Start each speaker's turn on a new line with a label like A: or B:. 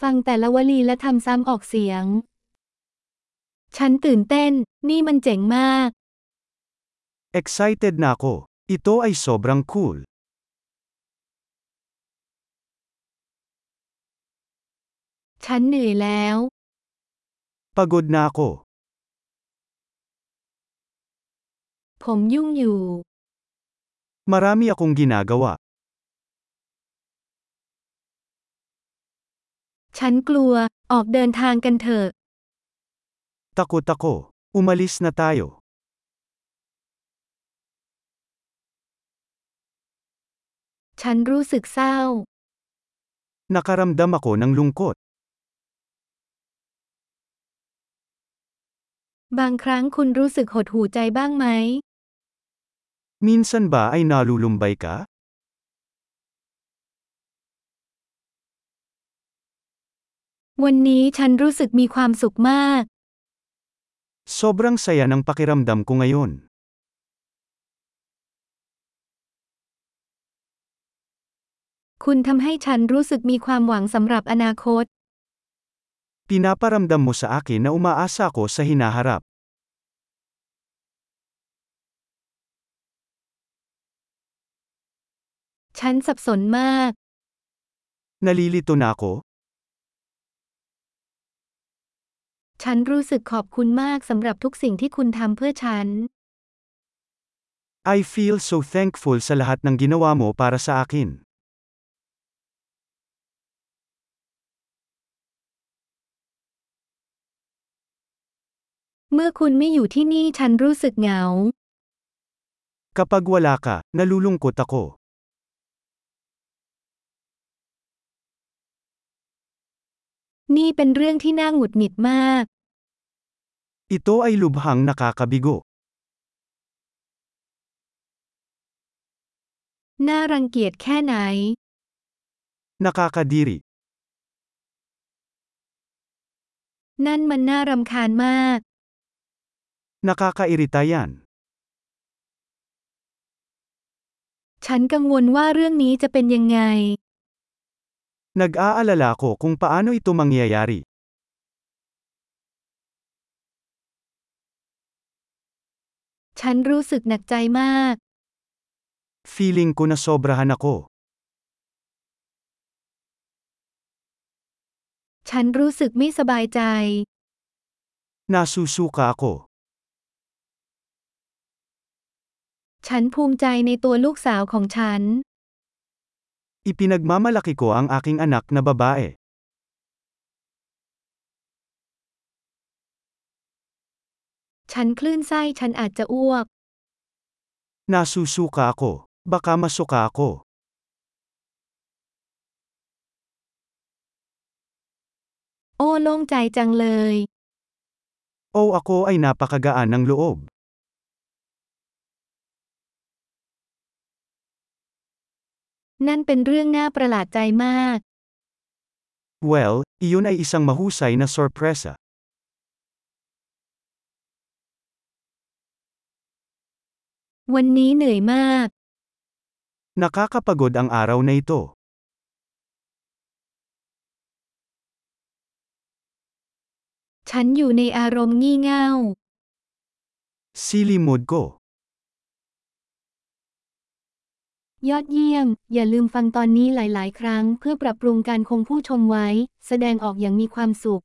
A: ฟังแต่ละวลีและทำซ้ำออกเสียง ฉันตื่นเต้น นี่มันเจ๋งมาก
B: Excited na ako. Ito ay sobrang cool.
A: ฉันเหนื่อยแล้ว
B: Pagod na ako.
A: ผมยุ่งอยู่
B: Marami akong ginagawa.
A: ฉันกลัว ออกเดินทางกันเถอะ
B: Takot ako. Umalis na tayo.
A: ฉันรู้สึกเศร้า
B: Nakaramdam ako ng lungkot.
A: บางครั้งคุณรู้สึกหดหู่ใจบ้างไหม
B: Minsan ba ay nalulumbay ka?
A: วันนี้ฉันรู้สึกมีความสุขมาก
B: Sobrang saya ng pakiramdam ko ngayon.
A: คุณทำให้ฉันรู้สึกมีความหวังสำหรับอนาคต
B: Pinaparamdam mo sa akin na umaasa ako sa hinaharap.
A: ฉันสับสนมาก
B: Nalilito na ako.
A: ฉันรู้สึกขอบคุณมากสำหรับทุกสิ่งที่คุณทำเพื่อฉัน
B: I feel so thankful sa lahat ng ginawa mo para sa akin.
A: เมื่อคุณไม่อยู่ที่นี่ฉันรู้สึกเหงา
B: Kapag wala ka, nalulungkot ako.
A: นี่เป็นเรื่องที่น่าหงุดหงิดมาก
B: Ito ay lubhang nakakabigo.
A: น่ารังเกียจแค่ไหน
B: Nakakadiri.
A: นั่นมันน่ารำคาญมาก
B: Nakakairita yan.
A: ฉันกังวลว่าเรื่องนี้จะเป็นยังไง
B: Nag-aalala ko kung paano ito mangyayari.
A: ฉันรู้สึกหนักใจมาก
B: Feeling ko na sobrahan ako.
A: ฉันรู้สึกไม่สบายใจ
B: Nasusuka ako.
A: ฉันภูมิใจในตัวลูกสาวของฉัน
B: Ipinagmamalaki ko ang aking anak na babae.
A: ฉันคลื่นไส้ฉันอาจจะอ้วก
B: Nasusuka ako. Baka masuka ako.
A: โอ้โล่งใจจังเลย
B: O ako ay napakagaan ng loob.
A: นั่นเป็นเรื่องน่าประหลาดใจมาก
B: Well, iyon ay isang mahusay na sorpresa.
A: วันนี้เหนื่อยมาก
B: Nakakapagod ang araw na ito.
A: ฉันอยู่ในอารมณ์งี่เง่า
B: Silly mood ko.
A: ยอดเยี่ยม อย่าลืมฟังตอนนี้หลาย ๆ ครั้ง เพื่อปรับปรุงการคงผู้ชมไว้ แสดงออกอย่างมีความสุข